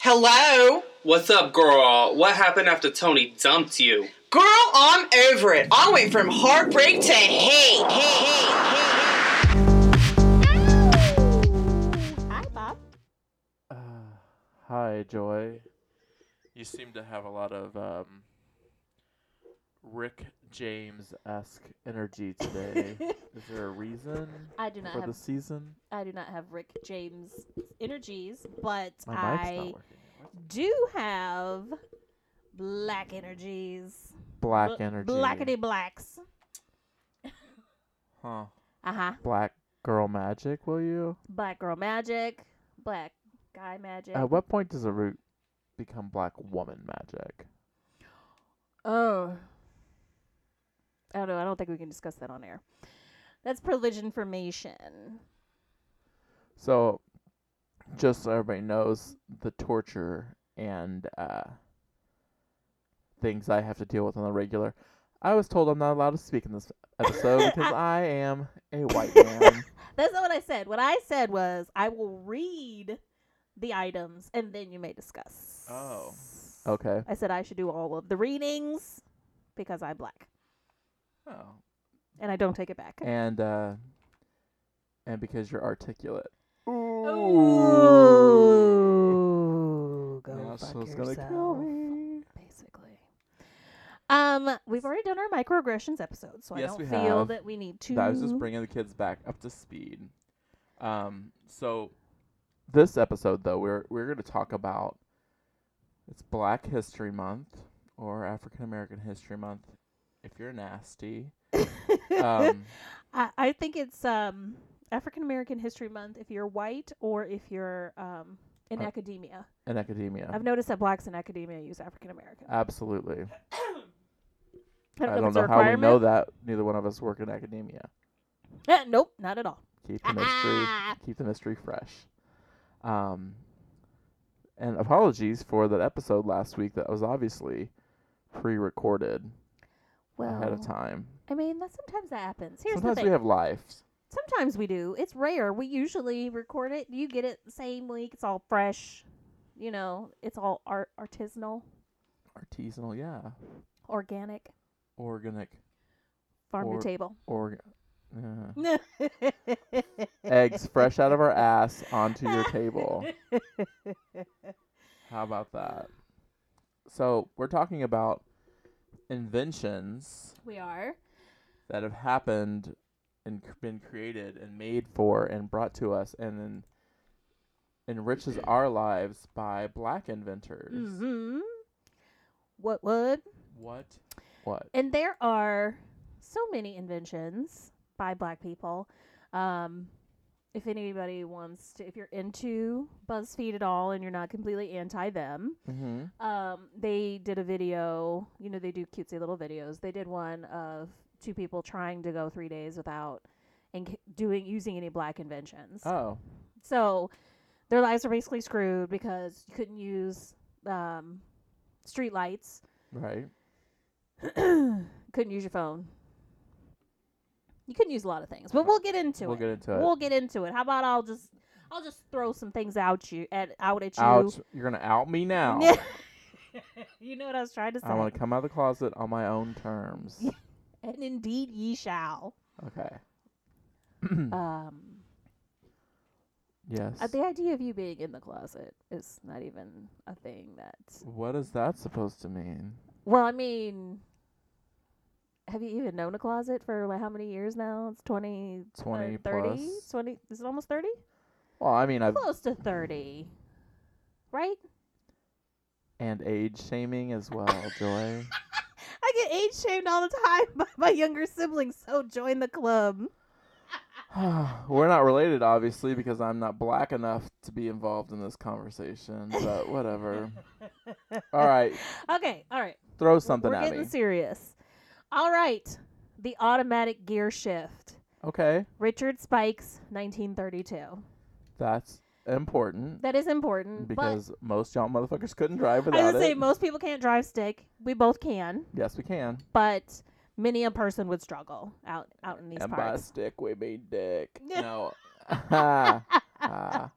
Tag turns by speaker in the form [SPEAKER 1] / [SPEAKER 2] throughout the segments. [SPEAKER 1] hello?
[SPEAKER 2] What's up, girl? What happened after Tony dumped you?
[SPEAKER 1] Girl, I'm over it. I went from heartbreak to hate, hate, hate, hate.
[SPEAKER 3] Hi, Bob.
[SPEAKER 4] Uh, hi, Joy. You seem to have a lot of um, Rick James esque energy today. Is there a reason
[SPEAKER 3] I do not
[SPEAKER 4] for
[SPEAKER 3] have
[SPEAKER 4] the season?
[SPEAKER 3] I do not have Rick James energies, but
[SPEAKER 4] My mic's not
[SPEAKER 3] I
[SPEAKER 4] working. What's
[SPEAKER 3] do have black energies.
[SPEAKER 4] Black
[SPEAKER 3] Bl-
[SPEAKER 4] energy.
[SPEAKER 3] Blackety blacks.
[SPEAKER 4] Huh.
[SPEAKER 3] Uh huh.
[SPEAKER 4] Black girl magic, will you?
[SPEAKER 3] Black girl magic. Black guy magic.
[SPEAKER 4] At what point does a root become black woman magic?
[SPEAKER 3] oh. I don't know. I don't think we can discuss that on air. That's privilege information.
[SPEAKER 4] So, just so everybody knows, the torture and uh, things I have to deal with on the regular. I was told I'm not allowed to speak in this episode because I am a white man.
[SPEAKER 3] That's not what I said. What I said was I will read the items and then you may discuss.
[SPEAKER 4] Oh. Okay.
[SPEAKER 3] I said I should do all of the readings because I'm black
[SPEAKER 4] Oh.
[SPEAKER 3] and I don't take it back.
[SPEAKER 4] And uh, and because you're articulate.
[SPEAKER 3] Ooh, go
[SPEAKER 4] Now
[SPEAKER 3] fuck
[SPEAKER 4] someone's gonna
[SPEAKER 3] yourself.
[SPEAKER 4] kill me.
[SPEAKER 3] Oh. Basically. Um, we've already done our microaggressions episode, so
[SPEAKER 4] Yes,
[SPEAKER 3] I don't
[SPEAKER 4] we
[SPEAKER 3] feel
[SPEAKER 4] have.
[SPEAKER 3] that we need to.
[SPEAKER 4] I was just bringing the kids back up to speed. Um, so this episode, though, we're we're going to talk about it's Black History Month or African American History Month. If you're nasty, um,
[SPEAKER 3] I, I think it's um African American History Month if you're white or if you're um in
[SPEAKER 4] Uh,
[SPEAKER 3] academia.
[SPEAKER 4] in academia,
[SPEAKER 3] I've noticed that blacks in academia use African American.
[SPEAKER 4] absolutely.
[SPEAKER 3] I don't know, if it's a
[SPEAKER 4] how we know
[SPEAKER 3] requirement.
[SPEAKER 4] that. Neither one of us work in academia.
[SPEAKER 3] Eh, nope, not at all.
[SPEAKER 4] Keep the mystery,
[SPEAKER 3] Ah.
[SPEAKER 4] keep the mystery fresh. Um, and apologies for that episode last week that was obviously pre-recorded
[SPEAKER 3] Well,
[SPEAKER 4] ahead of time.
[SPEAKER 3] I mean, that sometimes that happens. Here's the
[SPEAKER 4] Sometimes
[SPEAKER 3] thing.
[SPEAKER 4] we have lives.
[SPEAKER 3] Sometimes we do. It's rare. We usually record it. You get it the same week. It's all fresh. You know, it's all art, artisanal,
[SPEAKER 4] Artisanal, yeah.
[SPEAKER 3] organic,
[SPEAKER 4] Organic.
[SPEAKER 3] farm
[SPEAKER 4] Or-
[SPEAKER 3] to table.
[SPEAKER 4] Org- yeah. Eggs fresh out of our ass onto your table. How about that? So, we're talking about inventions
[SPEAKER 3] we are.
[SPEAKER 4] that have happened and c- been created and made for and brought to us and then enriches our lives by black inventors.
[SPEAKER 3] Mm-hmm. What would?
[SPEAKER 4] What? What?
[SPEAKER 3] And there are so many inventions by black people. Um, if anybody wants to, if you're into BuzzFeed at all and you're not completely anti them,
[SPEAKER 4] Mm-hmm.
[SPEAKER 3] um, they did a video. You know, they do cutesy little videos. They did one of two people trying to go three days without and c- doing using any black inventions.
[SPEAKER 4] Oh.
[SPEAKER 3] So their lives are basically screwed because you couldn't use um, street lights,
[SPEAKER 4] Right.
[SPEAKER 3] couldn't use your phone. You couldn't use a lot of things, but we'll get into
[SPEAKER 4] we'll
[SPEAKER 3] it.
[SPEAKER 4] get into it.
[SPEAKER 3] We'll get into it. How about I'll just I'll just throw some things out you at out at you.
[SPEAKER 4] Ouch. You're going to out me now.
[SPEAKER 3] you know what I was trying to say.
[SPEAKER 4] I want to come out of the closet on my own terms.
[SPEAKER 3] and indeed ye shall.
[SPEAKER 4] okay. Hmm.
[SPEAKER 3] Um,
[SPEAKER 4] Yes.
[SPEAKER 3] uh, the idea of you being in the closet is not even a thing that.
[SPEAKER 4] what is that supposed to mean?
[SPEAKER 3] Well, I mean, have you even known a closet for like how many years now? It's 20,
[SPEAKER 4] 20
[SPEAKER 3] uh, 30,
[SPEAKER 4] plus? Uh,
[SPEAKER 3] 20, is it almost 30?
[SPEAKER 4] Well, I mean, I've
[SPEAKER 3] Close to 30. Right?
[SPEAKER 4] and age shaming as well, Joy.
[SPEAKER 3] I get age shamed all the time by my younger siblings, so join the club.
[SPEAKER 4] We're not related, obviously, because I'm not black enough to be involved in this conversation. But whatever. All right,
[SPEAKER 3] Okay, all right.
[SPEAKER 4] throw something
[SPEAKER 3] We're
[SPEAKER 4] at
[SPEAKER 3] getting
[SPEAKER 4] me.
[SPEAKER 3] serious. All right. The automatic gear shift.
[SPEAKER 4] okay,
[SPEAKER 3] Richard Spikes, 1932.
[SPEAKER 4] that's important
[SPEAKER 3] That is important.
[SPEAKER 4] because most y'all motherfuckers couldn't drive
[SPEAKER 3] but I
[SPEAKER 4] without
[SPEAKER 3] would say
[SPEAKER 4] it.
[SPEAKER 3] most people can't drive stick. We both can,
[SPEAKER 4] yes, we can.
[SPEAKER 3] but many a person would struggle out out in these
[SPEAKER 4] and by
[SPEAKER 3] parks.
[SPEAKER 4] stick, we mean dick.
[SPEAKER 3] Yeah.
[SPEAKER 4] no. Ah.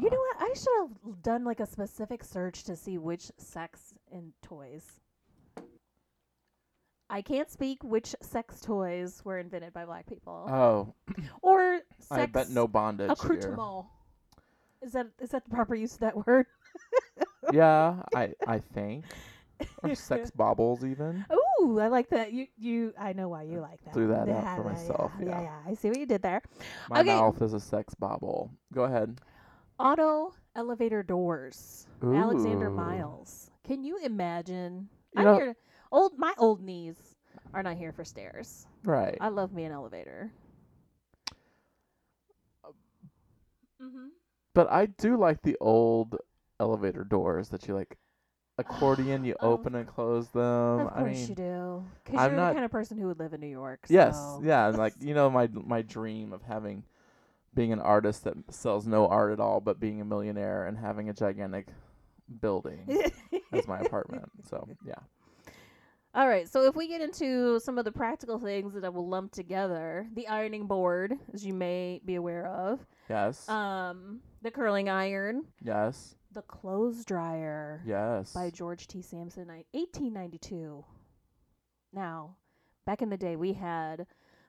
[SPEAKER 3] You know what? I should have done like a specific search to see which sex in toys. I can't speak which sex toys were invented by black people.
[SPEAKER 4] Oh,
[SPEAKER 3] or sex
[SPEAKER 4] I bet no bondage. here.
[SPEAKER 3] accoutrement. Is that is that the proper use of that word?
[SPEAKER 4] Yeah, I I think. Or sex baubles even.
[SPEAKER 3] Ooh, I like that. You you I know why you like that.
[SPEAKER 4] Threw that out for
[SPEAKER 3] yeah,
[SPEAKER 4] myself,
[SPEAKER 3] Yeah,
[SPEAKER 4] yeah.
[SPEAKER 3] yeah, I see what you did there.
[SPEAKER 4] My
[SPEAKER 3] Okay.
[SPEAKER 4] mouth is a sex bobble. Go ahead.
[SPEAKER 3] Auto elevator doors. Alexander
[SPEAKER 4] Ooh.
[SPEAKER 3] Miles. Can you imagine?
[SPEAKER 4] You
[SPEAKER 3] I'm
[SPEAKER 4] know-
[SPEAKER 3] here. Old my old knees are not here for stairs.
[SPEAKER 4] Right.
[SPEAKER 3] I love me an elevator.
[SPEAKER 4] Um,
[SPEAKER 3] Mm-hmm.
[SPEAKER 4] But I do like the old elevator doors that you like accordion, you
[SPEAKER 3] Oh, of
[SPEAKER 4] open and close them.
[SPEAKER 3] Of
[SPEAKER 4] I
[SPEAKER 3] course
[SPEAKER 4] mean
[SPEAKER 3] you do, because
[SPEAKER 4] I'm
[SPEAKER 3] you're
[SPEAKER 4] not-
[SPEAKER 3] the kind of person who would live in New York.
[SPEAKER 4] Yes,
[SPEAKER 3] so-
[SPEAKER 4] yeah, and like you know my my dream of having being an artist that sells no art at all but being a millionaire and having a gigantic building as my apartment. So, yeah.
[SPEAKER 3] All right, so if we get into some of the practical things that I will lump together, the ironing board, as you may be aware of,
[SPEAKER 4] Yes.
[SPEAKER 3] um, the curling iron,
[SPEAKER 4] yes.
[SPEAKER 3] the clothes dryer
[SPEAKER 4] Yes.
[SPEAKER 3] by George T. Sampson, ni- 1892. Now, back in the day, we had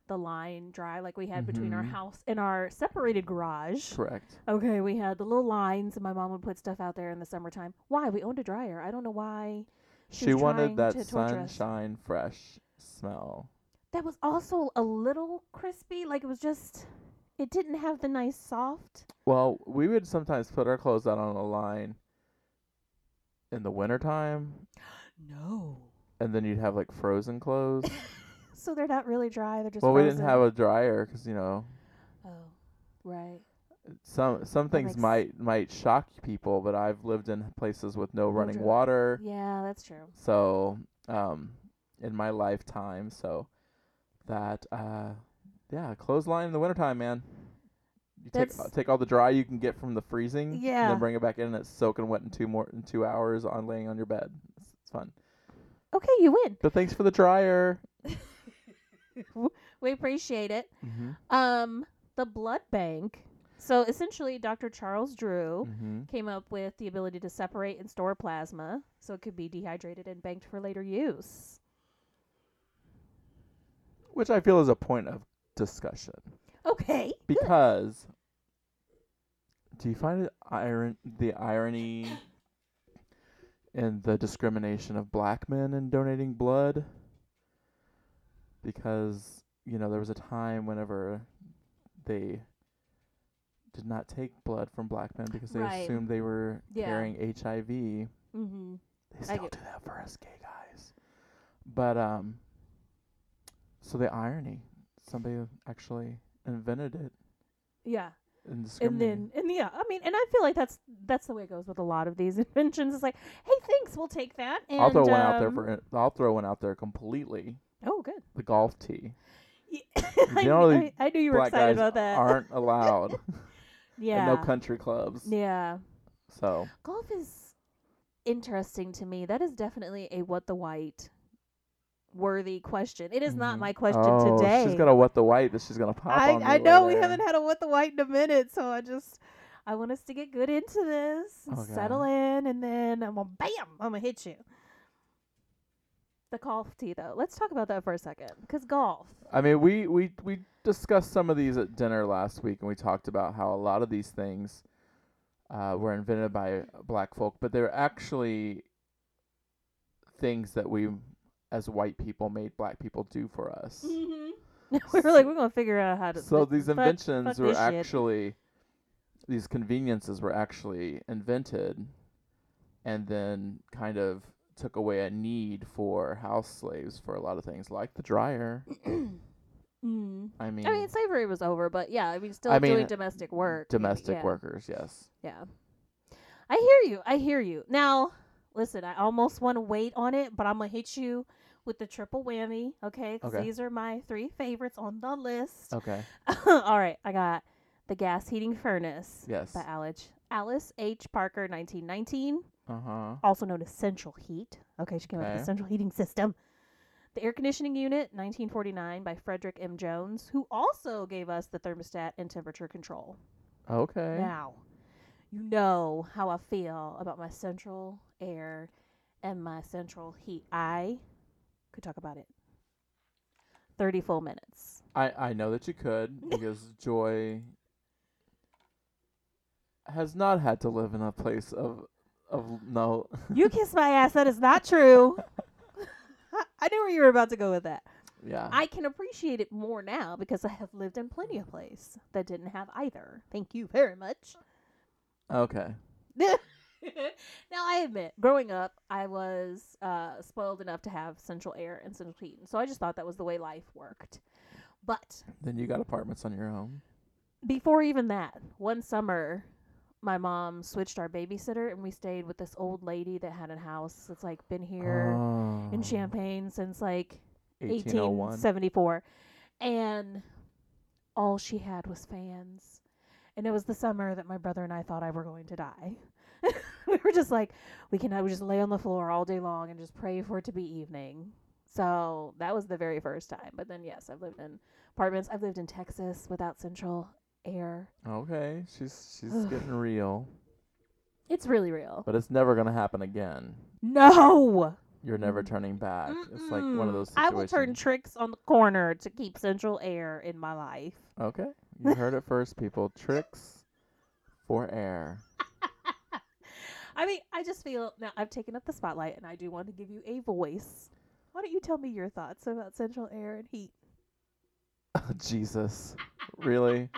[SPEAKER 3] the line dry like we had between our
[SPEAKER 4] Mhm.
[SPEAKER 3] house and our separated garage.
[SPEAKER 4] Correct.
[SPEAKER 3] Okay, we had the little lines, and my mom would put stuff out there in the summertime. Why? We owned a dryer. I don't know why.
[SPEAKER 4] She,
[SPEAKER 3] was
[SPEAKER 4] wanted
[SPEAKER 3] trying
[SPEAKER 4] that
[SPEAKER 3] to torture us.
[SPEAKER 4] sunshine fresh smell.
[SPEAKER 3] that was also a little crispy. Like it was just, it didn't have the nice soft.
[SPEAKER 4] Well, we would sometimes put our clothes out on a line in the wintertime,
[SPEAKER 3] No.
[SPEAKER 4] and then you'd have like frozen clothes.
[SPEAKER 3] So they're not really dry. They're just.
[SPEAKER 4] well, we didn't have a dryer because you know
[SPEAKER 3] Oh, right.
[SPEAKER 4] some some things
[SPEAKER 3] makes-
[SPEAKER 4] might might shock people, but I've lived in places with no running
[SPEAKER 3] dryer.
[SPEAKER 4] water,
[SPEAKER 3] Yeah, that's true.
[SPEAKER 4] so um, in my lifetime, so that uh, yeah, clothesline in the wintertime, man. You take,
[SPEAKER 3] That's-
[SPEAKER 4] take all the dry you can get from the freezing, and
[SPEAKER 3] Yeah.
[SPEAKER 4] then bring it back in, and it's soaking wet in two more in two hours on laying on your bed. It's, it's fun.
[SPEAKER 3] Okay, you win.
[SPEAKER 4] But thanks for the dryer.
[SPEAKER 3] We appreciate it.
[SPEAKER 4] Mm-hmm.
[SPEAKER 3] Um, the blood bank. So essentially, Dr. Charles Drew.
[SPEAKER 4] Mm-hmm.
[SPEAKER 3] Came up with the ability to separate and store plasma so it could be dehydrated and banked for later use.
[SPEAKER 4] Which I feel is a point of discussion
[SPEAKER 3] Okay.
[SPEAKER 4] because do you find it iron the irony in the discrimination of black men in donating blood? Because you know there was a time whenever they did not take blood from black men because they
[SPEAKER 3] Right.
[SPEAKER 4] assumed they were
[SPEAKER 3] Yeah.
[SPEAKER 4] carrying HIV.
[SPEAKER 3] Mm-hmm.
[SPEAKER 4] They
[SPEAKER 3] I
[SPEAKER 4] still
[SPEAKER 3] get-
[SPEAKER 4] do that for us gay guys. But um so the irony. Somebody actually invented it
[SPEAKER 3] Yeah.
[SPEAKER 4] and
[SPEAKER 3] and
[SPEAKER 4] discriminated.
[SPEAKER 3] then and yeah i mean and i feel like that's that's the way it goes with a lot of these inventions it's like hey thanks we'll take that and
[SPEAKER 4] I'll throw one out there
[SPEAKER 3] um,
[SPEAKER 4] for I'll throw one out there completely.
[SPEAKER 3] oh good
[SPEAKER 4] The golf tee.
[SPEAKER 3] I, knew-
[SPEAKER 4] Generally,
[SPEAKER 3] I, I knew you were
[SPEAKER 4] Black
[SPEAKER 3] excited
[SPEAKER 4] guys
[SPEAKER 3] about that
[SPEAKER 4] aren't allowed
[SPEAKER 3] yeah
[SPEAKER 4] in no country clubs.
[SPEAKER 3] yeah
[SPEAKER 4] So
[SPEAKER 3] golf is interesting to me that is definitely a what the white worthy question it is not
[SPEAKER 4] Mhm.
[SPEAKER 3] my question
[SPEAKER 4] oh,
[SPEAKER 3] today
[SPEAKER 4] She's got a what the white that she's gonna pop
[SPEAKER 3] I,
[SPEAKER 4] on. me
[SPEAKER 3] I know we
[SPEAKER 4] later.
[SPEAKER 3] haven't had a what the white in a minute, so I just I want us to get good into this, and
[SPEAKER 4] Okay.
[SPEAKER 3] settle in, and then I'm gonna bam, I'm gonna hit you. The golf tee, though. Let's talk about that for a second, because golf.
[SPEAKER 4] I mean, we, we we discussed some of these at dinner last week, and we talked about how a lot of these things uh, were invented by black folk, but they're actually things that we, as white people, made black people do for us.
[SPEAKER 3] Mm-hmm. we were like, we're gonna figure out how to.
[SPEAKER 4] So
[SPEAKER 3] th-
[SPEAKER 4] these
[SPEAKER 3] fuck-
[SPEAKER 4] inventions
[SPEAKER 3] fuck
[SPEAKER 4] were
[SPEAKER 3] this shit.
[SPEAKER 4] actually, these conveniences were actually invented, and then kind of took away a need for house slaves for a lot of things, like the dryer.
[SPEAKER 3] Mm.
[SPEAKER 4] I mean,
[SPEAKER 3] I mean, slavery was over, but yeah, I mean, still
[SPEAKER 4] I mean,
[SPEAKER 3] doing domestic work. you-
[SPEAKER 4] domestic
[SPEAKER 3] yeah.
[SPEAKER 4] workers, yes.
[SPEAKER 3] Yeah. I hear you. I hear you. Now, listen, I almost want to wait on it, but I'm going to hit you with the triple whammy, okay? 'Cause
[SPEAKER 4] Okay.
[SPEAKER 3] these are my three favorites on the list.
[SPEAKER 4] Okay.
[SPEAKER 3] All right, I got The Gas Heating Furnace
[SPEAKER 4] Oh. Yes.
[SPEAKER 3] by Alice, Alice H. Parker, 1919,
[SPEAKER 4] Uh huh.
[SPEAKER 3] also known as Central Heat. Okay, she came up with
[SPEAKER 4] Okay.
[SPEAKER 3] the Central Heating System. The Air Conditioning Unit, 1949, by Frederick M. Jones, who also gave us the thermostat and temperature control.
[SPEAKER 4] Okay.
[SPEAKER 3] Now, you know how I feel about my central air and my central heat. I could talk about it. 30 full minutes.
[SPEAKER 4] I, I know that you could because Joy has not had to live in a place of of no.
[SPEAKER 3] You kiss my ass. That is not true. I knew where you were about to go with that.
[SPEAKER 4] yeah.
[SPEAKER 3] I can appreciate it more now because I have lived in plenty of places that didn't have either. Thank you very much.
[SPEAKER 4] okay.
[SPEAKER 3] now I admit, growing up, I was uh, spoiled enough to have central air and central heat, and so I just thought that was the way life worked. But
[SPEAKER 4] Then you got apartments on your own.
[SPEAKER 3] before even that, one summer, my mom switched our babysitter, and we stayed with this old lady that had a house that's like been here
[SPEAKER 4] Oh.
[SPEAKER 3] in Champagne since like
[SPEAKER 4] 1801.
[SPEAKER 3] 1874 and all she had was fans and it was the summer that my brother and i thought i were going to die we were just like we can I would just lay on the floor all day long and just pray for it to be evening so that was the very first time but then yes i've lived in apartments i've lived in texas without central air
[SPEAKER 4] Okay, she's she's getting real,
[SPEAKER 3] it's really real
[SPEAKER 4] but it's never gonna happen again.
[SPEAKER 3] no
[SPEAKER 4] You're never turning back. It's like
[SPEAKER 3] Mm.
[SPEAKER 4] one of
[SPEAKER 3] Mm-mm.
[SPEAKER 4] those.
[SPEAKER 3] i
[SPEAKER 4] Situations.
[SPEAKER 3] will turn tricks on the corner to keep central air in my life
[SPEAKER 4] Okay, you heard it first, people. Tricks for air.
[SPEAKER 3] I mean, I just feel now I've taken up the spotlight and I do want to give you a voice. Why don't you tell me your thoughts about central air and heat?
[SPEAKER 4] Jesus, really?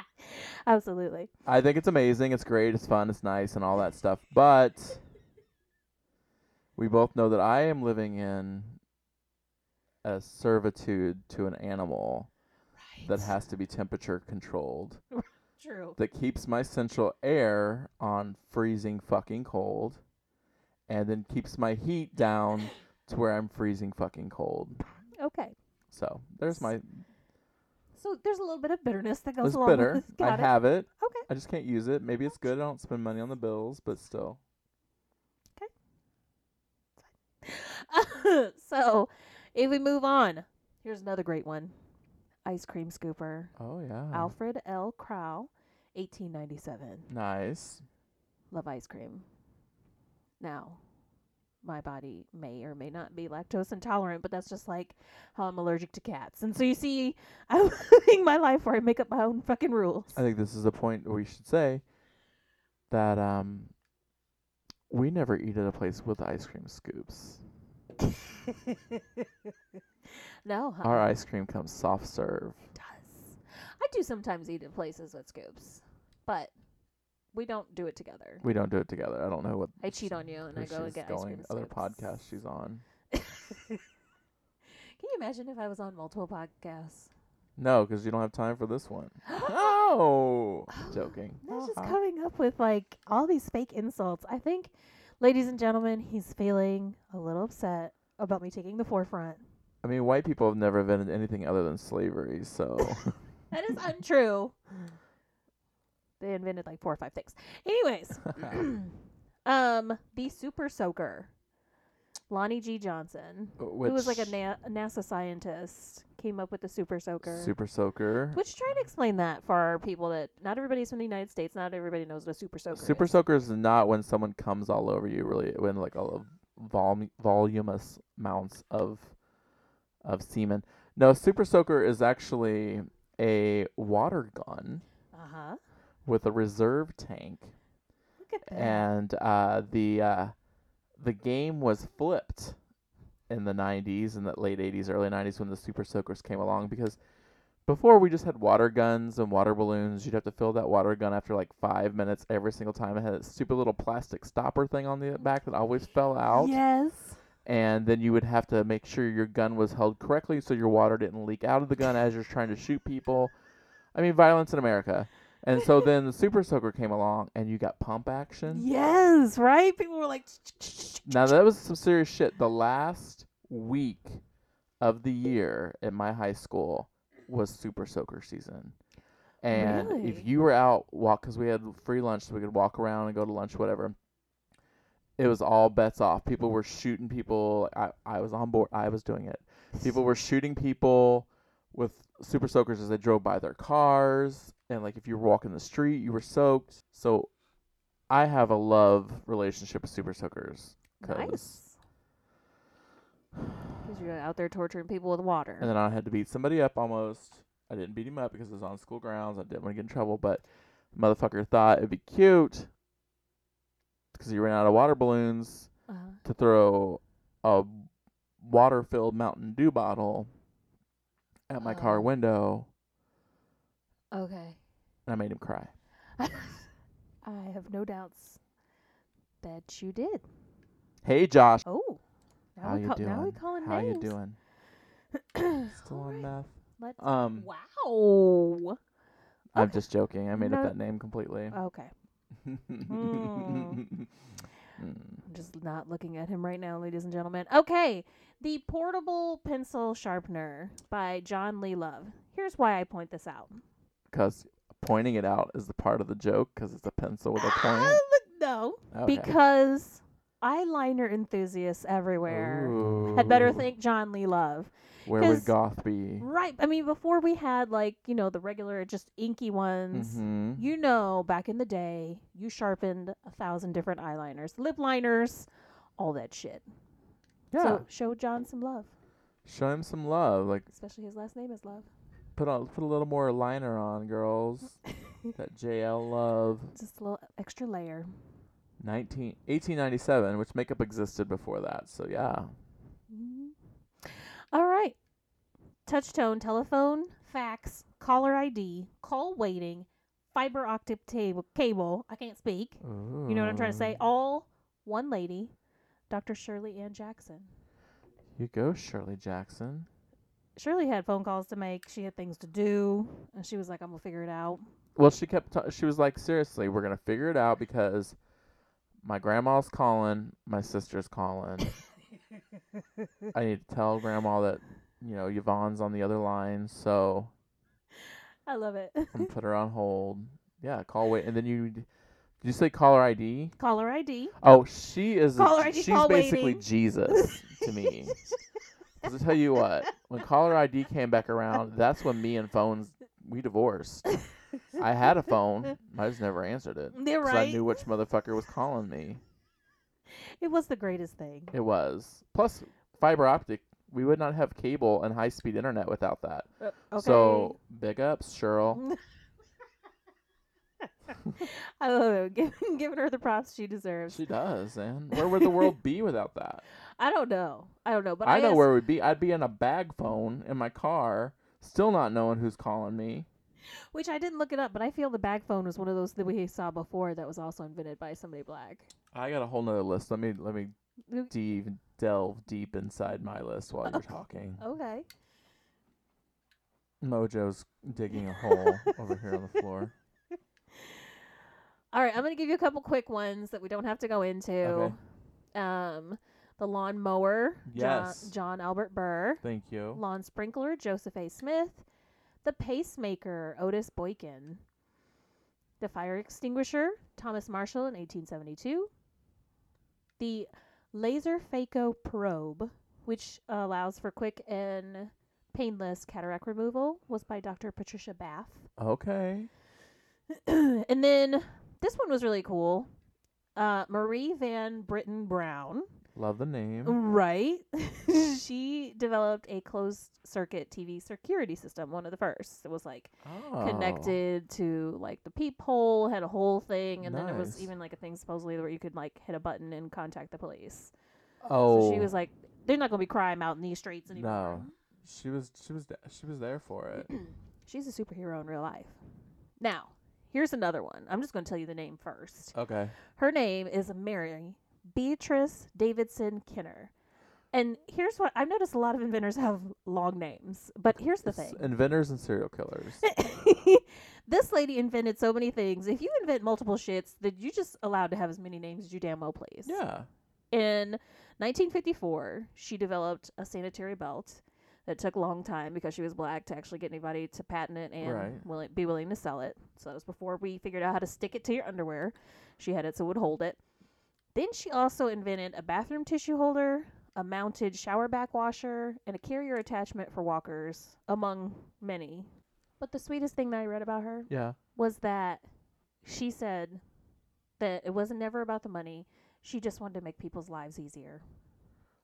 [SPEAKER 3] Absolutely.
[SPEAKER 4] I think it's amazing. It's great. It's fun. It's nice, and all that stuff. But we both know that I am living in a servitude to an animal that has to be temperature controlled.
[SPEAKER 3] True.
[SPEAKER 4] that keeps my central air on freezing fucking cold and then keeps my heat down to where I'm freezing fucking cold.
[SPEAKER 3] Okay.
[SPEAKER 4] So there's my
[SPEAKER 3] So there's a little bit of bitterness that goes
[SPEAKER 4] there's
[SPEAKER 3] along
[SPEAKER 4] bitter.
[SPEAKER 3] with this.
[SPEAKER 4] I
[SPEAKER 3] Got it.
[SPEAKER 4] have it.
[SPEAKER 3] Okay.
[SPEAKER 4] I just can't use it. Maybe it's good. I don't spend money on the bills, but still.
[SPEAKER 3] so if we move on, here's another great one. Ice cream scooper.
[SPEAKER 4] Oh yeah.
[SPEAKER 3] Alfred L. Crow, 1897.
[SPEAKER 4] Nice.
[SPEAKER 3] love ice cream. Now, my body may or may not be lactose intolerant, but that's just like how I'm allergic to cats. And so you see, I'm living my life where I make up my own fucking rules.
[SPEAKER 4] I think this is a point where we should say that um we never eat at a place with ice cream scoops.
[SPEAKER 3] no, huh?
[SPEAKER 4] Our ice cream comes soft serve.
[SPEAKER 3] It does. I do sometimes eat at places with scoops, but we don't do it together.
[SPEAKER 4] We don't do it together. I don't know what
[SPEAKER 3] I cheat on you and I
[SPEAKER 4] who
[SPEAKER 3] go and
[SPEAKER 4] she's
[SPEAKER 3] get ice
[SPEAKER 4] going,
[SPEAKER 3] cream.
[SPEAKER 4] other
[SPEAKER 3] scoops.
[SPEAKER 4] podcast she's on.
[SPEAKER 3] Can you imagine if I was on multiple podcasts?
[SPEAKER 4] No, because you don't have time for this one. no, joking. Uh-huh.
[SPEAKER 3] That's just
[SPEAKER 4] Ha ha.
[SPEAKER 3] coming up with like all these fake insults. I think, ladies and gentlemen, he's feeling a little upset about me taking the forefront.
[SPEAKER 4] I mean, white people have never invented anything other than slavery, so
[SPEAKER 3] That is untrue. they invented like four or five things. Anyways, um, the super soaker, Lonnie G. Johnson,
[SPEAKER 4] Uh, which
[SPEAKER 3] who was like a, Na- a NASA scientist, came up with the super soaker.
[SPEAKER 4] super soaker.
[SPEAKER 3] which try to explain that for our people that not everybody's from the United States, not everybody knows what a super soaker
[SPEAKER 4] Super
[SPEAKER 3] is.
[SPEAKER 4] soaker is not when someone comes all over you, really. When like a vol- voluminous amounts of of semen. No, super soaker is actually a water gun
[SPEAKER 3] Uh huh.
[SPEAKER 4] with a reserve tank
[SPEAKER 3] Look at that.
[SPEAKER 4] and uh, the uh, the game was flipped in the 90s and the late 80s early 90s when the super soakers came along because before we just had water guns and water balloons you'd have to fill that water gun after like five minutes every single time it had a stupid little plastic stopper thing on the back that always fell out
[SPEAKER 3] Yes.
[SPEAKER 4] and then you would have to make sure your gun was held correctly so your water didn't leak out of the gun as you're trying to shoot people. I mean, violence in America. And so then the Super Soaker came along and you got pump action.
[SPEAKER 3] Yes, right? People were like,
[SPEAKER 4] Now, that was some serious shit. The last week of the year at my high school was Super Soaker season. And
[SPEAKER 3] Really?
[SPEAKER 4] if you were out, walk, because we had free lunch, so we could walk around and go to lunch, whatever. It was all bets off. People were shooting people. I, I was on board. I was doing it. People were shooting people with super soakers as they drove by their cars. And like if you were walking the street, you were soaked. So I have a love relationship with super soakers. 'cause-
[SPEAKER 3] Nice. Because you're out there torturing people with water.
[SPEAKER 4] And then I had to beat somebody up almost. I didn't beat him up because it was on school grounds. I didn't want to get in trouble, but the motherfucker thought it'd be cute because he ran out of water balloons
[SPEAKER 3] uh,
[SPEAKER 4] to throw a water filled Mountain Dew bottle at my car
[SPEAKER 3] Oh.
[SPEAKER 4] window,
[SPEAKER 3] okay.
[SPEAKER 4] and I made him cry.
[SPEAKER 3] I have no doubts that you did.
[SPEAKER 4] Hey, Josh.
[SPEAKER 3] Oh, now
[SPEAKER 4] How
[SPEAKER 3] we
[SPEAKER 4] you
[SPEAKER 3] call, now we
[SPEAKER 4] doing?
[SPEAKER 3] calling
[SPEAKER 4] How
[SPEAKER 3] names.
[SPEAKER 4] you doing?
[SPEAKER 3] doing?
[SPEAKER 4] Still on meth?
[SPEAKER 3] Let's.
[SPEAKER 4] Um,
[SPEAKER 3] wow.
[SPEAKER 4] I'm just joking. I made up
[SPEAKER 3] No.
[SPEAKER 4] that name completely.
[SPEAKER 3] Okay, Mm.
[SPEAKER 4] Mm.
[SPEAKER 3] I'm just not looking at him right now, ladies and gentlemen. Okay, the portable pencil sharpener by John Lee Love. Here's why I point this out.
[SPEAKER 4] because pointing it out is the part of the joke because it's a pencil with a
[SPEAKER 3] Ah,
[SPEAKER 4] point.
[SPEAKER 3] look- no,
[SPEAKER 4] Okay.
[SPEAKER 3] because eyeliner enthusiasts everywhere had
[SPEAKER 4] Ooh.
[SPEAKER 3] better thank John Lee Love.
[SPEAKER 4] Where would
[SPEAKER 3] 'cause-
[SPEAKER 4] goth be?
[SPEAKER 3] Right. I mean, before we had like, you know, the regular just inky ones.
[SPEAKER 4] hmm
[SPEAKER 3] You know, back in the day, you sharpened a thousand different eyeliners, lip liners, all that shit.
[SPEAKER 4] yeah,
[SPEAKER 3] So show John some love,
[SPEAKER 4] show him some love. Like
[SPEAKER 3] especially his last name is Love.
[SPEAKER 4] put on put a little more liner on, girls. that JL love.
[SPEAKER 3] Just a little extra layer.
[SPEAKER 4] 19, 1897, which makeup existed before that. So yeah,
[SPEAKER 3] Mhm. All right. Touchtone, telephone, fax, caller ID, call waiting, fiber optic table, cable. I can't speak. You know what I'm trying to say?
[SPEAKER 4] Hmm.
[SPEAKER 3] All one lady, Dr. Shirley Ann Jackson.
[SPEAKER 4] You go, Shirley Jackson.
[SPEAKER 3] Shirley had phone calls to make. She had things to do, and she was like, "I'm gonna figure it out."
[SPEAKER 4] Well, she kept. ta- she was like, seriously, we're gonna figure it out because my grandma's calling, my sister's calling. I need to tell grandma that you know Yvonne's on the other line, so
[SPEAKER 3] I love it.
[SPEAKER 4] I'm gonna put her on hold. Yeah, call wait, and then you did you say caller ID?
[SPEAKER 3] Caller ID.
[SPEAKER 4] Oh, she is. a
[SPEAKER 3] Caller
[SPEAKER 4] J-
[SPEAKER 3] ID,
[SPEAKER 4] she's
[SPEAKER 3] call
[SPEAKER 4] basically
[SPEAKER 3] waiting.
[SPEAKER 4] Jesus to me. 'Cause I tell you what, when caller ID came back around, that's when me and phones we divorced. I had a phone, I just never answered it.
[SPEAKER 3] Yeah,
[SPEAKER 4] Because
[SPEAKER 3] right.
[SPEAKER 4] I knew which motherfucker was calling me.
[SPEAKER 3] It was the greatest thing.
[SPEAKER 4] It was. Plus, fiber optic, we would not have cable and high speed internet without that.
[SPEAKER 3] Okay. Mm,
[SPEAKER 4] So, big ups, Cheryl.
[SPEAKER 3] I love it. Oh, Giving, giving her the props she deserves.
[SPEAKER 4] She does, and where would the world be without that?
[SPEAKER 3] I don't know. I don't know. But
[SPEAKER 4] I,
[SPEAKER 3] I,
[SPEAKER 4] know
[SPEAKER 3] asked-
[SPEAKER 4] where we'd be. I'd be in a bag phone in my car, still not knowing who's calling me.
[SPEAKER 3] Which I didn't look it up, but I feel the bag phone was one of those that we saw before that was also invented by somebody black.
[SPEAKER 4] I got a whole nother list. Let me let me
[SPEAKER 3] Mm.
[SPEAKER 4] deep, delve deep inside my list while you're talking.
[SPEAKER 3] Okay.
[SPEAKER 4] Mojo's digging a hole over here on the floor.
[SPEAKER 3] All right. I'm gonna give you a couple quick ones that we don't have to go into.
[SPEAKER 4] Okay.
[SPEAKER 3] Um, the lawn mower.
[SPEAKER 4] Yes.
[SPEAKER 3] John, John Albert Burr.
[SPEAKER 4] Thank you.
[SPEAKER 3] Lawn Sprinkler, Joseph A. Smith. The Pacemaker, Otis Boykin. The Fire Extinguisher, Thomas Marshall in 1872. The Laser Phaco Probe, which allows for quick and painless cataract removal, was by Dr. Patricia Bath.
[SPEAKER 4] Okay.
[SPEAKER 3] and then this one was really cool. Uh, Marie Van Britten Brown.
[SPEAKER 4] Love the name.
[SPEAKER 3] Right. she developed a closed circuit TV security system, one of the first. It was like
[SPEAKER 4] Oh.
[SPEAKER 3] connected to like the peephole, had a whole thing, and then it was
[SPEAKER 4] Nice.
[SPEAKER 3] even like a thing supposedly where you could like hit a button and contact the police.
[SPEAKER 4] Oh.
[SPEAKER 3] So she was like, "There's not gonna be crime out in these streets anymore."
[SPEAKER 4] No. She was she was th- she was there for it.
[SPEAKER 3] She's a superhero in real life. Now, here's another one. I'm just gonna tell you the name first.
[SPEAKER 4] Okay.
[SPEAKER 3] Her name is Mary Beatrice Davidson Kinner. And here's what I've noticed a lot of inventors have long names, but here's the
[SPEAKER 4] It's uh,
[SPEAKER 3] thing.
[SPEAKER 4] inventors and serial killers.
[SPEAKER 3] this lady invented so many things. If you invent multiple shits, then you just allowed to have as many names as you damn well please.
[SPEAKER 4] yeah.
[SPEAKER 3] In 1954, she developed a sanitary belt that took a long time because she was black to actually get anybody to patent it and
[SPEAKER 4] Right.
[SPEAKER 3] willi- be willing to sell it. So that was before we figured out how to stick it to your underwear. She had it so it would hold it. Then she also invented a bathroom tissue holder, a mounted shower back washer, and a carrier attachment for walkers, among many. But the sweetest thing that I read about her
[SPEAKER 4] Yeah.
[SPEAKER 3] was that she said that it wasn't never about the money. She just wanted to make people's lives easier.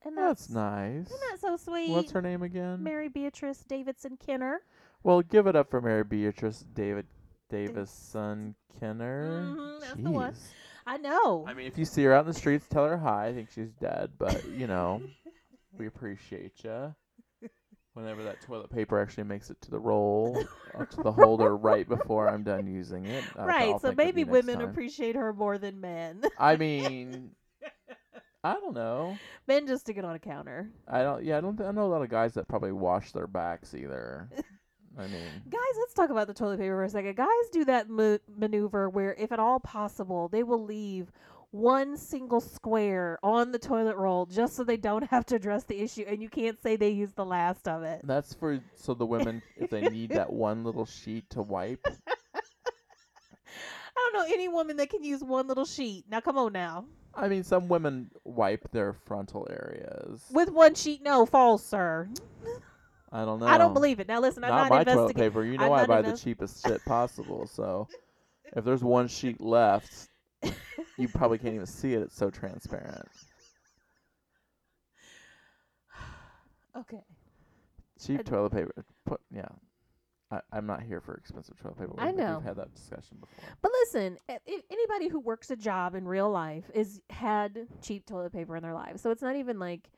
[SPEAKER 3] And
[SPEAKER 4] That's nice.
[SPEAKER 3] Isn't that so sweet?
[SPEAKER 4] What's her name again?
[SPEAKER 3] Mary Beatrice Davidson Kinner.
[SPEAKER 4] Well, give it up for Mary Beatrice David Davison Kenner.
[SPEAKER 3] Mhm, that's the one.
[SPEAKER 4] Jeez.
[SPEAKER 3] I know.
[SPEAKER 4] I mean, if you see her out in the streets, tell her hi. I think she's dead, but you know, we appreciate ya. Whenever that toilet paper actually makes it to the roll, up to the holder right before I'm done using it. I'll-
[SPEAKER 3] right.
[SPEAKER 4] I'll
[SPEAKER 3] So
[SPEAKER 4] think of
[SPEAKER 3] maybe
[SPEAKER 4] you next
[SPEAKER 3] women
[SPEAKER 4] time.
[SPEAKER 3] appreciate her more than men.
[SPEAKER 4] I mean, I don't know.
[SPEAKER 3] men just stick it on a counter.
[SPEAKER 4] I don't. Yeah, I don't. Th- I know a lot of guys that probably wash their backs either. I mean,
[SPEAKER 3] Guys, let's talk about the toilet paper for a second. Guys do that ma- maneuver where, if at all possible, they will leave one single square on the toilet roll just so they don't have to address the issue and you can't say they used the last of it.
[SPEAKER 4] that's for so the women if they need that one little sheet to wipe.
[SPEAKER 3] I don't know any woman that can use one little sheet. Now, come on now.
[SPEAKER 4] I mean, some women wipe their frontal areas.
[SPEAKER 3] With one sheet, no, false, sir.
[SPEAKER 4] I don't know.
[SPEAKER 3] I don't believe it. Now, listen, I'm
[SPEAKER 4] Oh. not
[SPEAKER 3] not,
[SPEAKER 4] my toilet
[SPEAKER 3] investigating.
[SPEAKER 4] paper. You
[SPEAKER 3] I'm
[SPEAKER 4] know I
[SPEAKER 3] not
[SPEAKER 4] buy the
[SPEAKER 3] invest-
[SPEAKER 4] cheapest shit possible. So if there's one sheet left, you probably can't even see it. It's so transparent.
[SPEAKER 3] Okay.
[SPEAKER 4] Cheap
[SPEAKER 3] I-
[SPEAKER 4] toilet paper. Put, yeah. I, I'm not here for expensive toilet paper.
[SPEAKER 3] I know.
[SPEAKER 4] We've had that discussion before.
[SPEAKER 3] But listen, a- a- anybody who works a job in real life is had cheap toilet paper in their life, so it's not even like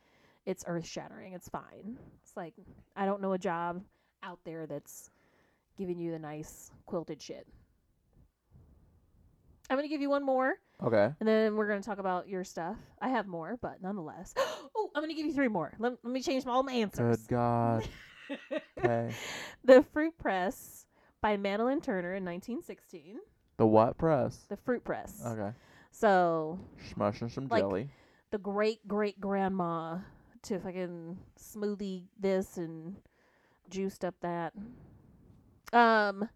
[SPEAKER 3] it's earth shattering. It's fine. It's like I don't know a job out there that's giving you the nice quilted shit. I'm gonna give you one more,
[SPEAKER 4] Okay.
[SPEAKER 3] and then we're gonna talk about your stuff. I have more, but nonetheless. oh, I'm gonna give you three more. Let, let me change all my answers.
[SPEAKER 4] Good God. Okay.
[SPEAKER 3] The Fruit Press by Madeline Turner in 1916.
[SPEAKER 4] The what press?
[SPEAKER 3] The Fruit Press.
[SPEAKER 4] Okay.
[SPEAKER 3] So
[SPEAKER 4] Smushing some
[SPEAKER 3] Like-
[SPEAKER 4] jelly.
[SPEAKER 3] the great great grandma to fucking smoothie this and juiced up that. Um,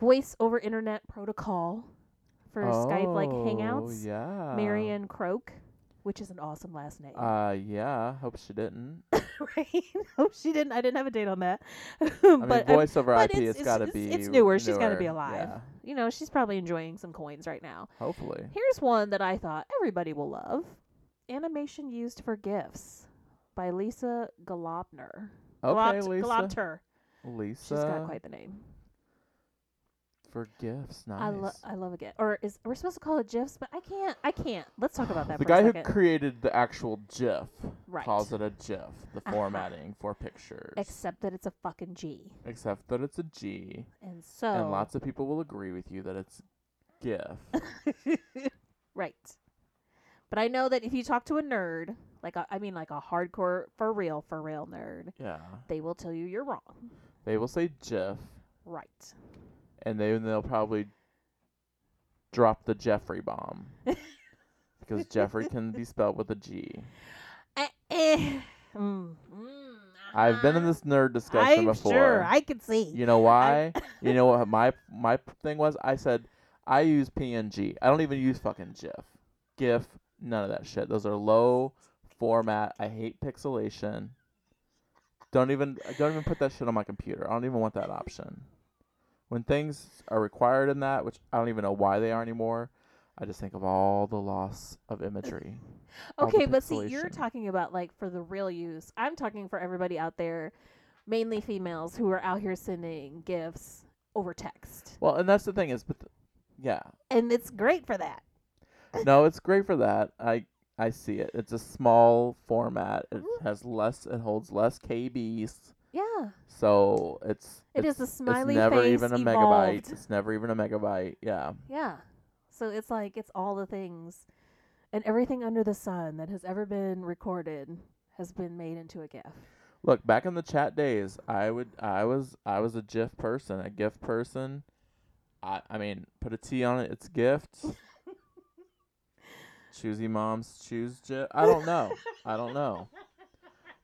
[SPEAKER 3] voice over internet protocol for Skype like
[SPEAKER 4] Oh,
[SPEAKER 3] Hangouts.
[SPEAKER 4] Yeah.
[SPEAKER 3] Marion Croak, which is an awesome last name,
[SPEAKER 4] Uh, yeah. Hope she didn't.
[SPEAKER 3] right? oh, she didn't. I didn't have a date on that,
[SPEAKER 4] I mean,
[SPEAKER 3] but um, I-
[SPEAKER 4] voice over
[SPEAKER 3] but
[SPEAKER 4] IP. it's got to
[SPEAKER 3] it's,
[SPEAKER 4] be.
[SPEAKER 3] it's newer. She's got to be
[SPEAKER 4] newer.
[SPEAKER 3] alive.
[SPEAKER 4] Yeah,
[SPEAKER 3] You know, she's probably enjoying some coins right now.
[SPEAKER 4] hopefully.
[SPEAKER 3] Here's one that I thought everybody will love Animation Used for Gifts by Lisa Galopner.
[SPEAKER 4] Okay,
[SPEAKER 3] Galopt-
[SPEAKER 4] Lisa.
[SPEAKER 3] Galopter.
[SPEAKER 4] Lisa.
[SPEAKER 3] She's got quite the name.
[SPEAKER 4] for gifts. Nice.
[SPEAKER 3] I, lo- I love a gift. Or is we're supposed to call it GIFs, but I can't. I can't. Let's talk about that
[SPEAKER 4] the
[SPEAKER 3] for
[SPEAKER 4] guy
[SPEAKER 3] a
[SPEAKER 4] who
[SPEAKER 3] second.
[SPEAKER 4] created the actual GIF
[SPEAKER 3] Right.
[SPEAKER 4] calls it a GIF. The
[SPEAKER 3] Uh-huh.
[SPEAKER 4] formatting for pictures.
[SPEAKER 3] Except that it's a fucking G.
[SPEAKER 4] Except that it's a G,
[SPEAKER 3] And so.
[SPEAKER 4] and lots of people will agree with you that it's GIF.
[SPEAKER 3] Right. But I know that if you talk to a nerd, like a, I mean, like a hardcore, for real, for real nerd,
[SPEAKER 4] yeah.
[SPEAKER 3] they will tell you you're wrong.
[SPEAKER 4] They will say GIF,
[SPEAKER 3] Right.
[SPEAKER 4] and then they'll probably drop the Jeffrey bomb. because Jeffrey can be spelled with a G.
[SPEAKER 3] Eh, eh. Mm. Mm,
[SPEAKER 4] I've been in
[SPEAKER 3] uh-huh.
[SPEAKER 4] this nerd discussion
[SPEAKER 3] I'm
[SPEAKER 4] before.
[SPEAKER 3] Sure, I can see.
[SPEAKER 4] You know why? you know what my my p- thing was? I said I use PNG. I don't even use fucking GIF. GIF, none of that shit. Those are low format. I hate pixelation. Don't even don't even put that shit on my computer. I don't even want that option. When things are required in that, which I don't even know why they are anymore, I just think of all the loss of imagery. all the
[SPEAKER 3] okay, but see, you're
[SPEAKER 4] pixelation.
[SPEAKER 3] talking about like for the real use. I'm talking for everybody out there, mainly females who are out here sending gifts over text,
[SPEAKER 4] Well, and that's the thing is, but th- yeah,
[SPEAKER 3] and it's great for that.
[SPEAKER 4] no, it's great for that. I I see it. It's a small format. It
[SPEAKER 3] Mhm.
[SPEAKER 4] has less. It holds less KBs.
[SPEAKER 3] Yeah,
[SPEAKER 4] So it's
[SPEAKER 3] It
[SPEAKER 4] it's,
[SPEAKER 3] is a smiley
[SPEAKER 4] It's never
[SPEAKER 3] face
[SPEAKER 4] even a
[SPEAKER 3] evolved.
[SPEAKER 4] megabyte. It's never even a megabyte. Yeah.
[SPEAKER 3] yeah. So it's like it's all the things, and everything under the sun that has ever been recorded has been made into a gif.
[SPEAKER 4] Look, back in the chat days, I would I was I was a GIF person, a GIF person. I I mean, put a T on it. It's gift. Choosy moms choose GIF. I don't know. I don't know.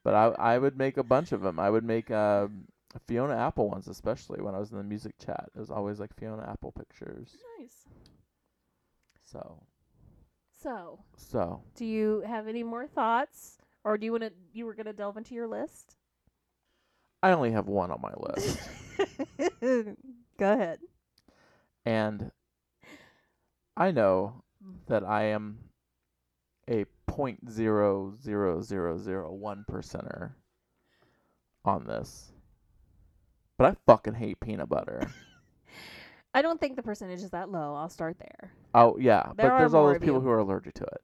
[SPEAKER 4] But I I would make a bunch of them. I would make um, Fiona Apple ones, especially when I was in the music chat. It was always like Fiona Apple pictures.
[SPEAKER 3] Nice.
[SPEAKER 4] So
[SPEAKER 3] So,
[SPEAKER 4] so
[SPEAKER 3] do you have any more thoughts, or do you want to? You were gonna delve into your list.
[SPEAKER 4] I only have one on my list,
[SPEAKER 3] Go ahead.
[SPEAKER 4] and I know
[SPEAKER 3] Mm.
[SPEAKER 4] that I am a point zero zero zero zero one percenter on this, but I fucking hate peanut butter.
[SPEAKER 3] I don't think the percentage is that low. I'll start there.
[SPEAKER 4] oh yeah,
[SPEAKER 3] There
[SPEAKER 4] but
[SPEAKER 3] are
[SPEAKER 4] there's all
[SPEAKER 3] more
[SPEAKER 4] those
[SPEAKER 3] of you.
[SPEAKER 4] people who are allergic to it.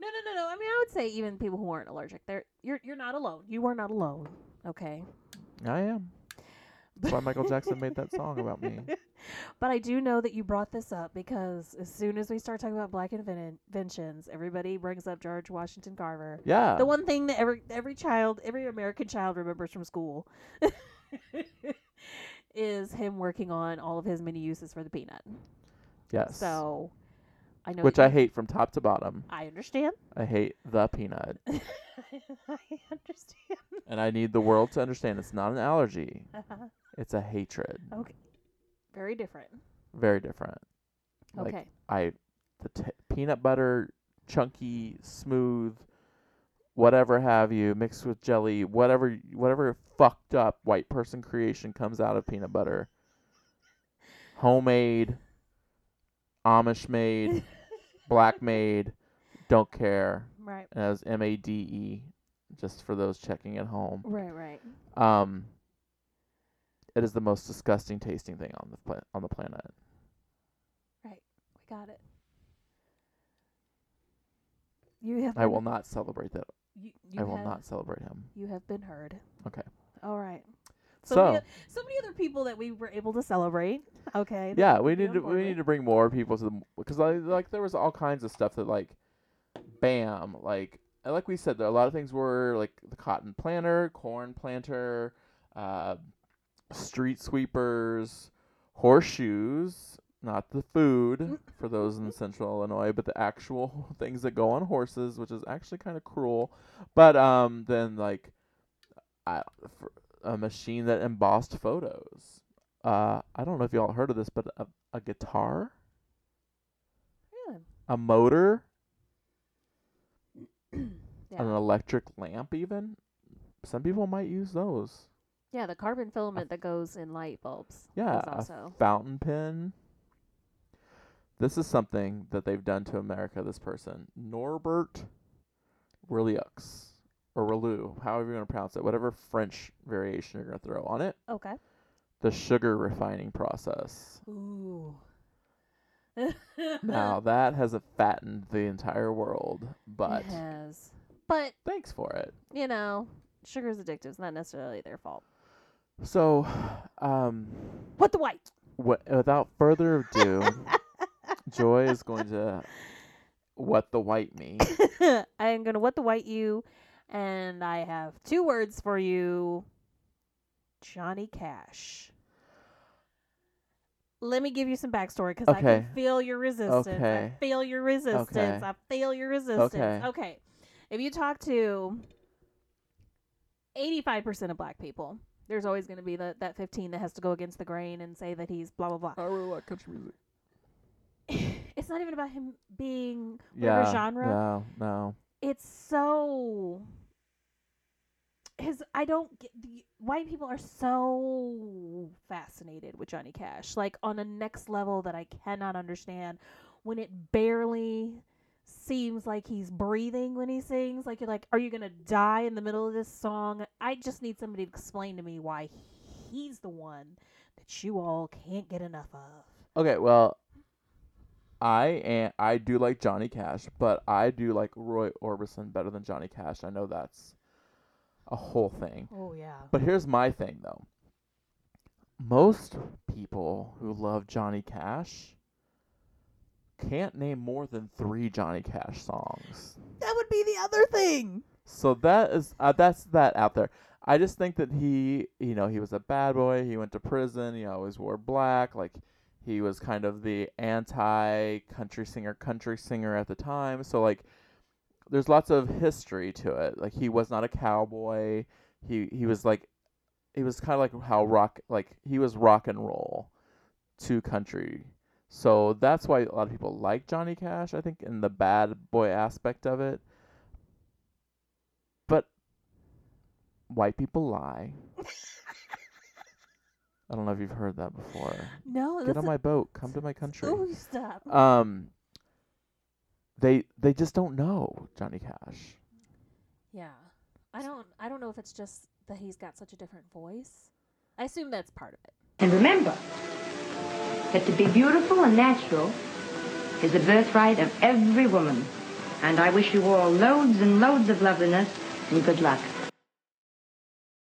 [SPEAKER 3] No, no, no, no. I mean, I would say even people who aren't allergic, they're you're you're not alone. You are not alone. Okay.
[SPEAKER 4] I am. That's why Michael Jackson made that song about me.
[SPEAKER 3] But I do know that you brought this up because as soon as we start talking about black inven- inventions, everybody brings up George Washington Carver.
[SPEAKER 4] Yeah.
[SPEAKER 3] The one thing that every every child, every American child remembers from school is him working on all of his many uses for the peanut.
[SPEAKER 4] yes.
[SPEAKER 3] So I know
[SPEAKER 4] Which
[SPEAKER 3] that
[SPEAKER 4] I
[SPEAKER 3] you-
[SPEAKER 4] hate from top to bottom.
[SPEAKER 3] I understand.
[SPEAKER 4] I hate the peanut.
[SPEAKER 3] I understand.
[SPEAKER 4] And I need the world to understand it's not an allergy.
[SPEAKER 3] Uh-huh.
[SPEAKER 4] It's a hatred.
[SPEAKER 3] Okay. Very different.
[SPEAKER 4] Very different. Like,
[SPEAKER 3] Okay.
[SPEAKER 4] I the t- peanut butter, chunky, smooth, whatever have you, mixed with jelly, whatever whatever fucked up white person creation comes out of peanut butter. Homemade, Amish made, black made, don't care.
[SPEAKER 3] Right.
[SPEAKER 4] And that was M A D E, just for those checking at home.
[SPEAKER 3] Right, right.
[SPEAKER 4] Um, it is the most disgusting tasting thing on the pla- on the planet.
[SPEAKER 3] We got it. You have
[SPEAKER 4] I
[SPEAKER 3] been-
[SPEAKER 4] will not celebrate that.
[SPEAKER 3] you, you
[SPEAKER 4] I will
[SPEAKER 3] have,
[SPEAKER 4] not celebrate him.
[SPEAKER 3] You have been heard.
[SPEAKER 4] Okay.
[SPEAKER 3] All right. So,
[SPEAKER 4] So,
[SPEAKER 3] many, o- so many other people that we were able to celebrate. Okay. that
[SPEAKER 4] yeah,
[SPEAKER 3] could
[SPEAKER 4] we
[SPEAKER 3] be
[SPEAKER 4] need
[SPEAKER 3] on
[SPEAKER 4] to
[SPEAKER 3] board
[SPEAKER 4] we
[SPEAKER 3] with.
[SPEAKER 4] need to bring more people to the because like, like there was all kinds of stuff that like, bam, like and like we said there a lot of things were like the cotton planter, corn planter, uh, street sweepers, horseshoes. Not the food for those in Central Illinois, but the actual things that go on horses, which is actually kind of cruel. But um, then like, I, for a machine that embossed photos. Uh, I don't know if y'all heard of this, but a, a guitar,
[SPEAKER 3] Really?
[SPEAKER 4] a motor,
[SPEAKER 3] yeah.
[SPEAKER 4] an electric lamp, even. Some people might use those.
[SPEAKER 3] yeah, the carbon filament that goes in light bulbs.
[SPEAKER 4] Yeah,
[SPEAKER 3] is
[SPEAKER 4] a
[SPEAKER 3] also.
[SPEAKER 4] fountain pen. This is something that they've done to America. This person, Norbert Reliux or Relou, however you want to pronounce it, whatever French variation you're gonna throw on it.
[SPEAKER 3] Okay.
[SPEAKER 4] The sugar refining process.
[SPEAKER 3] Ooh.
[SPEAKER 4] Now that has uh, fattened the entire world, but
[SPEAKER 3] It has. But,
[SPEAKER 4] thanks for it.
[SPEAKER 3] you know, sugar's addictive. It's not necessarily their fault.
[SPEAKER 4] So, um,
[SPEAKER 3] What the white?
[SPEAKER 4] what, without further ado, Joy is going to what the white me.
[SPEAKER 3] I am gonna what the white you, and I have two words for you. Johnny Cash. Let me give you some backstory because I
[SPEAKER 4] Okay.
[SPEAKER 3] can feel your resistance.
[SPEAKER 4] Okay.
[SPEAKER 3] I feel your resistance.
[SPEAKER 4] Okay.
[SPEAKER 3] I feel your resistance.
[SPEAKER 4] Okay.
[SPEAKER 3] okay. If you talk to 85% of black people, there's always going to be the, that 15 that has to go against the grain and say that he's blah, blah, blah.
[SPEAKER 4] I really like country music.
[SPEAKER 3] it's not even about him being whatever
[SPEAKER 4] Yeah.
[SPEAKER 3] genre
[SPEAKER 4] No, no.
[SPEAKER 3] it's so his i don't get the white people are so fascinated with johnny cash like on a next level that i cannot understand when it barely seems like he's breathing when he sings like you're like are you gonna die in the middle of this song i just need somebody to explain to me why he's the one that you all can't get enough of
[SPEAKER 4] Okay, well, I am, I do like Johnny Cash, but I do like Roy Orbison better than Johnny Cash. I know that's a whole thing.
[SPEAKER 3] oh yeah
[SPEAKER 4] But here's my thing though. Most people who love Johnny Cash can't name more than 3 Johnny Cash songs.
[SPEAKER 3] that would be the other thing
[SPEAKER 4] So that is uh, that's that out there. I just think that he, you know, he was a bad boy. He went to prison. He always wore black. Like he was kind of the anti country singer, country singer at the time. So like, there's lots of history to it. Like he was not a cowboy. He he was like, he was kind of like how rock like he was rock and roll, to country. So that's why a lot of people like Johnny Cash. I think in the bad boy aspect of it white people lie. I don't know if you've heard that before.
[SPEAKER 3] No,
[SPEAKER 4] Get
[SPEAKER 3] that's Oh,
[SPEAKER 4] on my boat. Come to my country.
[SPEAKER 3] Ooh, stop.
[SPEAKER 4] Um, they they just don't know Johnny Cash.
[SPEAKER 3] yeah. I don't I don't know if it's just that he's got such a different voice. I assume that's part of it.
[SPEAKER 5] And remember that to be beautiful and natural is the birthright of every woman. And I wish you all loads and loads of loveliness and good luck.